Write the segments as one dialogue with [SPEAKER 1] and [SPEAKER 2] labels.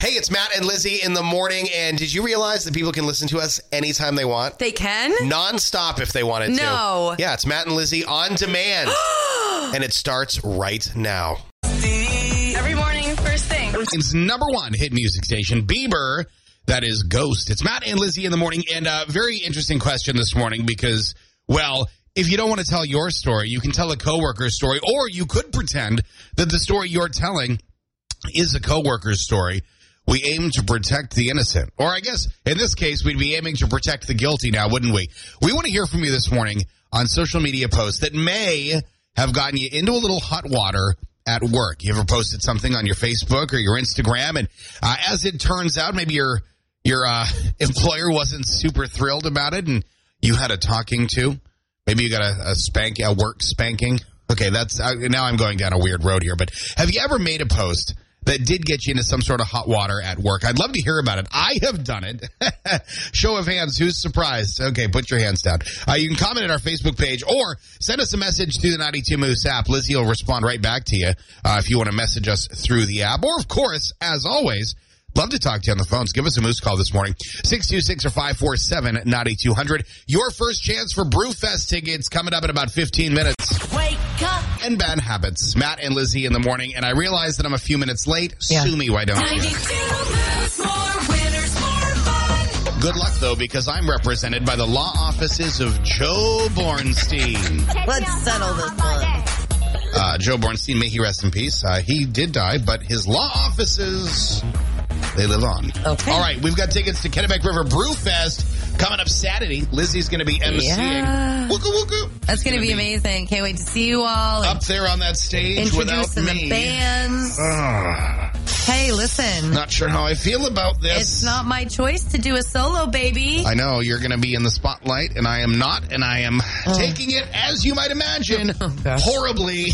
[SPEAKER 1] It's Matt and Lizzie in the morning. And did you realize that people can listen to us anytime they want?
[SPEAKER 2] They can?
[SPEAKER 1] Nonstop if they wanted to.
[SPEAKER 2] No.
[SPEAKER 1] Yeah, it's Matt and Lizzie on demand. and it starts right now.
[SPEAKER 3] Every morning, first thing.
[SPEAKER 1] It's number one hit music station, Bieber. That is Ghost. It's Matt and Lizzie in the morning. And a very interesting question this morning because, well, if you don't want to tell your story, you can tell a coworker's story, or you could pretend that the story you're telling is a coworker's story. We aim to protect the innocent. Or I guess in this case, we'd be aiming to protect the guilty now, wouldn't we? We want to hear from you this morning on social media posts that may have gotten you into a little hot water at work. You ever posted something on your Facebook or your Instagram? And uh, as it turns out, maybe your, your uh, employer wasn't super thrilled about it and you had a talking to. Maybe you got a, a spank, a work spanking. Okay, that's uh, now I'm going down a weird road here. But have you ever made a post that did get you into some sort of hot water at work? I'd love to hear about it. I have done it. Show of hands, who's surprised? Okay, put your hands down. Uh, you can comment at our Facebook page or send us a message through the 92 Moose app. Lizzie will respond right back to you uh, if you want to message us through the app. Or of course, as always. Love to talk to you on the phones. Give us a moose call this morning. 626 or 547 9200. Your first chance for Brewfest tickets coming up in about 15 minutes.
[SPEAKER 3] Wake up.
[SPEAKER 1] And bad habits. Matt and Lizzie in the morning. And I realize that I'm a few minutes late. Sue me, why don't you?
[SPEAKER 3] 92 moves, more winners, more fun.
[SPEAKER 1] Good luck, though, because I'm represented by the law offices of Joe Bornstein.
[SPEAKER 2] Let's settle this one.
[SPEAKER 1] Uh, Joe Bornstein, may he rest in peace. Uh, he did die, but his law offices, they live on.
[SPEAKER 2] Okay.
[SPEAKER 1] All right, we've got tickets to Kennebec River Brew Fest coming up Saturday. Lizzie's going to be emceeing.
[SPEAKER 2] Yeah.
[SPEAKER 1] Wooga wooga.
[SPEAKER 2] That's going to be amazing. Can't wait to see you all. and
[SPEAKER 1] Up there on that stage without
[SPEAKER 2] Introducing
[SPEAKER 1] me.
[SPEAKER 2] the bands.
[SPEAKER 1] Ugh,
[SPEAKER 2] Hey, listen.
[SPEAKER 1] not sure how I feel about this.
[SPEAKER 2] It's not my choice to do a solo, baby.
[SPEAKER 1] I know you're going to be in the spotlight, and I am not, and I am taking it as you might imagine,
[SPEAKER 2] Oh. gosh.
[SPEAKER 1] horribly.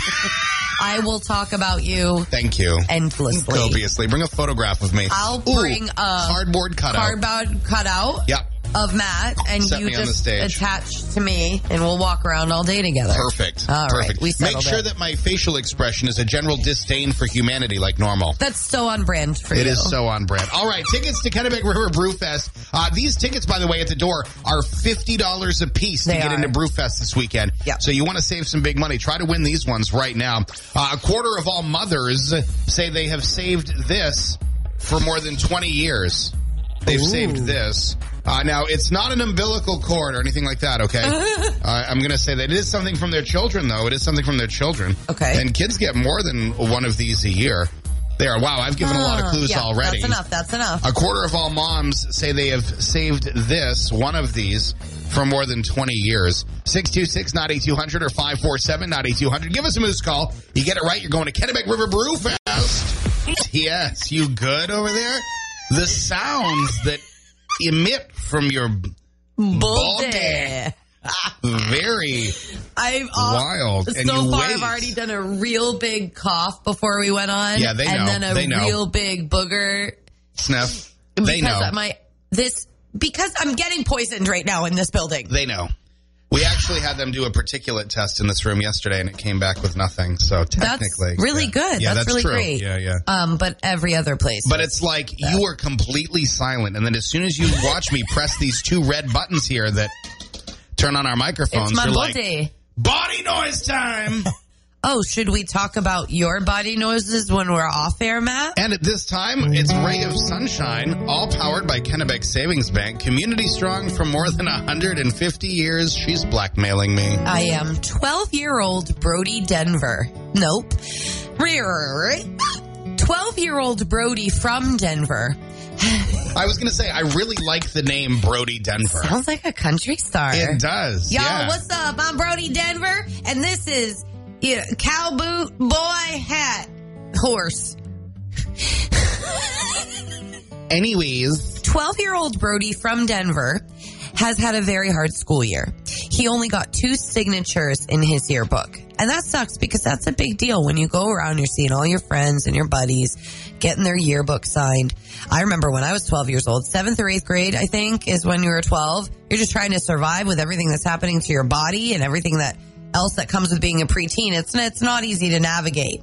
[SPEAKER 2] I will talk about you
[SPEAKER 1] Thank you.
[SPEAKER 2] endlessly.
[SPEAKER 1] Copiously. Bring a photograph of me.
[SPEAKER 2] I'll bring a
[SPEAKER 1] cardboard cutout.
[SPEAKER 2] Cardboard cutout
[SPEAKER 1] Yep.
[SPEAKER 2] of Matt, and
[SPEAKER 1] Set
[SPEAKER 2] you
[SPEAKER 1] me on the
[SPEAKER 2] just
[SPEAKER 1] stage.
[SPEAKER 2] attach to me, and we'll walk around all day together.
[SPEAKER 1] Perfect.
[SPEAKER 2] All right,
[SPEAKER 1] Perfect.
[SPEAKER 2] we
[SPEAKER 1] Make
[SPEAKER 2] settled
[SPEAKER 1] sure
[SPEAKER 2] it.
[SPEAKER 1] that my facial expression is a general disdain for humanity like normal.
[SPEAKER 2] That's so on brand for
[SPEAKER 1] It
[SPEAKER 2] you.
[SPEAKER 1] is so on brand. All right, tickets to Kennebec River Brewfest. Uh, these tickets, by the way, at the door are fifty dollars a piece to
[SPEAKER 2] They
[SPEAKER 1] get
[SPEAKER 2] are.
[SPEAKER 1] into Brewfest this weekend.
[SPEAKER 2] Yep.
[SPEAKER 1] So you want to save some big money? Try to win these ones right now. Uh, a quarter of all mothers say they have saved this for more than twenty years. They've saved this. Uh, now it's not an umbilical cord or anything like that. Okay, uh, I'm going to say that it is something from their children, though. It is something from their children.
[SPEAKER 2] Okay.
[SPEAKER 1] and kids get more than one of these a year. There, wow, I've given a lot of
[SPEAKER 2] Uh,
[SPEAKER 1] clues
[SPEAKER 2] yeah,
[SPEAKER 1] already.
[SPEAKER 2] That's enough. That's enough.
[SPEAKER 1] A quarter of all moms say they have saved this, one of these, for more than 20 years. 626 9200 or 547 9200. Give us a moose call. You get it right, you're going to Kennebec River Brew Fest. Yes, you good over there? The sounds that emit from your
[SPEAKER 2] Bull
[SPEAKER 1] Baldy.
[SPEAKER 2] day.
[SPEAKER 1] very
[SPEAKER 2] I've al-
[SPEAKER 1] wild.
[SPEAKER 2] So
[SPEAKER 1] and you
[SPEAKER 2] far,
[SPEAKER 1] wait.
[SPEAKER 2] I've already done a real big cough before we went on.
[SPEAKER 1] Yeah, they know.
[SPEAKER 2] And then a
[SPEAKER 1] They know.
[SPEAKER 2] real big booger
[SPEAKER 1] Sniff. They
[SPEAKER 2] because
[SPEAKER 1] know.
[SPEAKER 2] my this because I'm getting poisoned right now in this building.
[SPEAKER 1] They know. We actually had them do a particulate test in this room yesterday, and it came back with nothing. So
[SPEAKER 2] That's
[SPEAKER 1] technically,
[SPEAKER 2] really
[SPEAKER 1] yeah.
[SPEAKER 2] good.
[SPEAKER 1] Yeah,
[SPEAKER 2] that's,
[SPEAKER 1] that's,
[SPEAKER 2] really
[SPEAKER 1] true.
[SPEAKER 2] great.
[SPEAKER 1] Yeah, yeah.
[SPEAKER 2] Um, but every other place.
[SPEAKER 1] But it's like you were completely silent, and then as soon as you watch me press these two red buttons here that turn on our microphones,
[SPEAKER 2] it's my
[SPEAKER 1] you're
[SPEAKER 2] body.
[SPEAKER 1] like body noise time.
[SPEAKER 2] oh, should we talk about your body noises when we're off air, Matt?
[SPEAKER 1] and at this time, it's Ray of Sunshine, all powered by Kennebec Savings Bank, community strong for more than 150 years. She's blackmailing me.
[SPEAKER 2] I am 12 year old Brody Denver. Nope. 12 year old Brody from Denver.
[SPEAKER 1] I was going to say, I really like the name Brody Denver.
[SPEAKER 2] Sounds like a country star.
[SPEAKER 1] It does.
[SPEAKER 2] Y'all,
[SPEAKER 1] yeah.
[SPEAKER 2] what's up? I'm Brody Denver, and this is you know, cow boot boy hat horse.
[SPEAKER 1] Anyways,
[SPEAKER 2] 12 year old Brody from Denver has had a very hard school year. He only got two signatures in his yearbook. And that sucks because that's a big deal when you go around, you're seeing all your friends and your buddies getting their yearbook signed. I remember when I was 12 years old, seventh or eighth grade, I think, is when you were 12. You're just trying to survive with everything that's happening to your body and everything that else that comes with being a preteen. It's, it's not easy to navigate.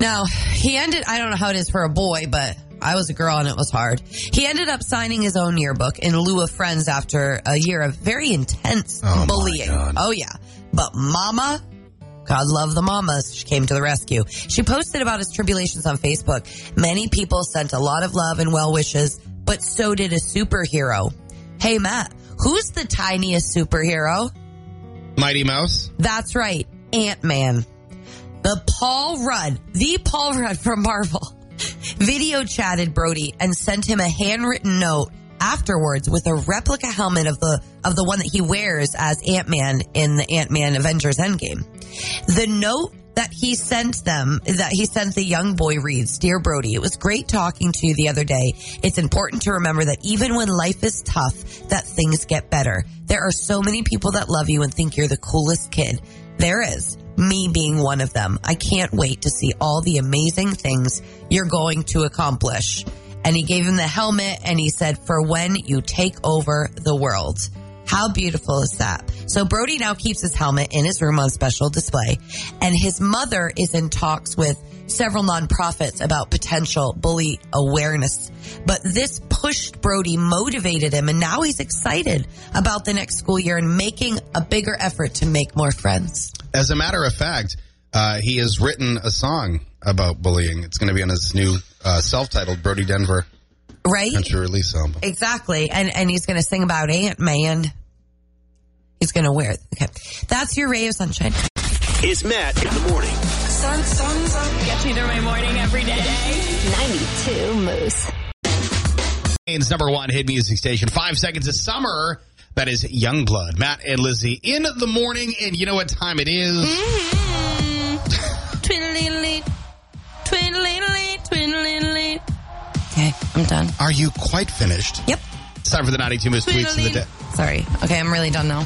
[SPEAKER 2] Now, he ended, I don't know how it is for a boy, but I was a girl and it was hard. He ended up signing his own yearbook in lieu of friends after a year of very intense
[SPEAKER 1] Oh, my
[SPEAKER 2] bullying.
[SPEAKER 1] God.
[SPEAKER 2] Oh yeah. But mama, God love the mamas. She came to the rescue. She posted about his tribulations on Facebook. Many people sent a lot of love and well wishes, but so did a superhero. Hey Matt, who's the tiniest superhero?
[SPEAKER 1] Mighty Mouse?
[SPEAKER 2] That's right, Ant Man. The Paul Rudd, the Paul Rudd from Marvel, video chatted Brody and sent him a handwritten note afterwards with a replica helmet of the of the one that he wears as Ant Man in the Ant Man Avengers Endgame. The note that he sent them, that he sent the young boy reads, Dear Brody, it was great talking to you the other day. It's important to remember that even when life is tough, that things get better. There are so many people that love you and think you're the coolest kid. There is. Me being one of them. I can't wait to see all the amazing things you're going to accomplish. And he gave him the helmet and he said, for when you take over the world. How beautiful is that? So Brody now keeps his helmet in his room on special display, and his mother is in talks with several nonprofits about potential bully awareness. But this pushed Brody, motivated him, and now he's excited about the next school year and making a bigger effort to make more friends.
[SPEAKER 1] As a matter of fact, uh, he has written a song about bullying. It's going to be on his new uh, self-titled Brody Denver
[SPEAKER 2] Right?
[SPEAKER 1] country release album.
[SPEAKER 2] Exactly. And and he's gonna sing about Ant Man. He's gonna wear it. Okay. That's your ray of sunshine.
[SPEAKER 4] It's Matt in the morning.
[SPEAKER 3] Sun, sun, sun, gets me through my morning every day.
[SPEAKER 5] 92 Moose.
[SPEAKER 1] It's number one hit music station. Five seconds of summer. That is Youngblood. Matt and Lizzie in the morning, and you know what time it is?
[SPEAKER 2] Hmm? Twiddly, twiddly, twiddly. Okay, I'm done.
[SPEAKER 1] Are you quite finished?
[SPEAKER 2] Yep.
[SPEAKER 1] It's time for the 92 most tweets of the day.
[SPEAKER 2] Sorry. Okay, I'm really done now.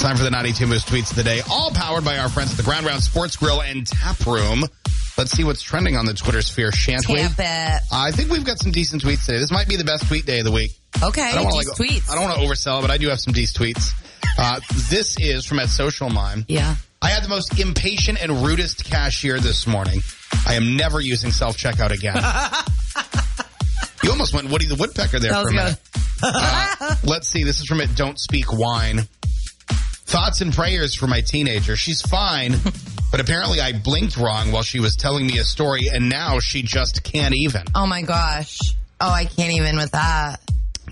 [SPEAKER 1] Time for the 92 most tweets of the day, all powered by our friends at the Ground Round Sports Grill and Tap Room. Let's see what's trending on the Twitter sphere, shan't we?
[SPEAKER 2] Tamp it.
[SPEAKER 1] I think we've got some decent tweets today. This might be the best tweet day of the week.
[SPEAKER 2] Okay,
[SPEAKER 1] wanna,
[SPEAKER 2] just tweets.
[SPEAKER 1] I don't want to oversell, but I do have some decent tweets. Uh, this is from at Social Mime.
[SPEAKER 2] Yeah.
[SPEAKER 1] I had the most impatient and rudest cashier this morning. I am never using self checkout again. you almost went Woody the Woodpecker there
[SPEAKER 2] That
[SPEAKER 1] for
[SPEAKER 2] was
[SPEAKER 1] a minute.
[SPEAKER 2] good.
[SPEAKER 1] Uh, let's see. This is from it. Don't speak wine. Thoughts and prayers for my teenager. She's fine, but apparently I blinked wrong while she was telling me a story, and now she just can't even.
[SPEAKER 2] Oh my gosh. Oh, I can't even with that.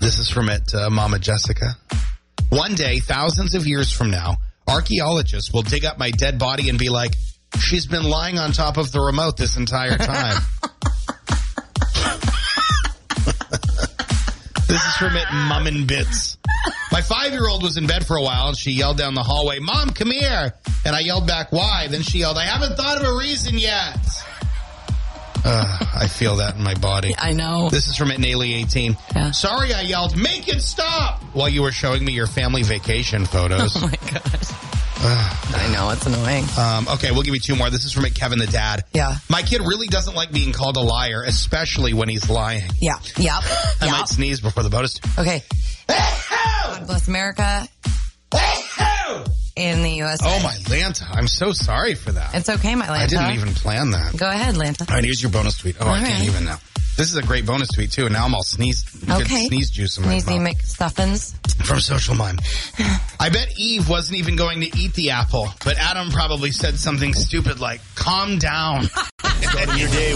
[SPEAKER 1] This is from it, uh, Mama Jessica. One day, thousands of years from now, archaeologists will dig up my dead body and be like, "She's been lying on top of the remote this entire time." this is from it, Mum and Bits. My five-year-old was in bed for a while, and she yelled down the hallway, "Mom, come here!" And I yelled back, "Why?" Then she yelled, "I haven't thought of a reason yet." Ugh, I feel that in my body.
[SPEAKER 2] I know.
[SPEAKER 1] This is from at Naily 18.
[SPEAKER 2] Oh. Yeah.
[SPEAKER 1] Sorry, I yelled, make it stop while you were showing me your family vacation photos.
[SPEAKER 2] Oh my gosh. I know, it's annoying.
[SPEAKER 1] um, okay, we'll give you two more. This is from at Kevin the Dad.
[SPEAKER 2] Yeah.
[SPEAKER 1] My kid really doesn't like being called a liar, especially when he's lying.
[SPEAKER 2] Yeah. Yep.
[SPEAKER 1] I
[SPEAKER 2] Yep.
[SPEAKER 1] might sneeze before the bonus.
[SPEAKER 2] Okay. God bless America in the U.S.
[SPEAKER 1] Oh, my Lanta. I'm so sorry for that.
[SPEAKER 2] It's okay, my Lanta.
[SPEAKER 1] I didn't even plan that.
[SPEAKER 2] Go ahead, Lanta.
[SPEAKER 1] All right, here's your bonus tweet. Oh, I can't
[SPEAKER 2] right.
[SPEAKER 1] even now. This is a great bonus tweet, too. And now I'm all sneezed. good
[SPEAKER 2] Okay.
[SPEAKER 1] Sneeze juice in my
[SPEAKER 2] Sneezy
[SPEAKER 1] mouth.
[SPEAKER 2] McStuffins.
[SPEAKER 1] from Social Mime. I bet Eve wasn't even going to eat the apple, but Adam probably said something stupid like, calm down.
[SPEAKER 4] Starting your day with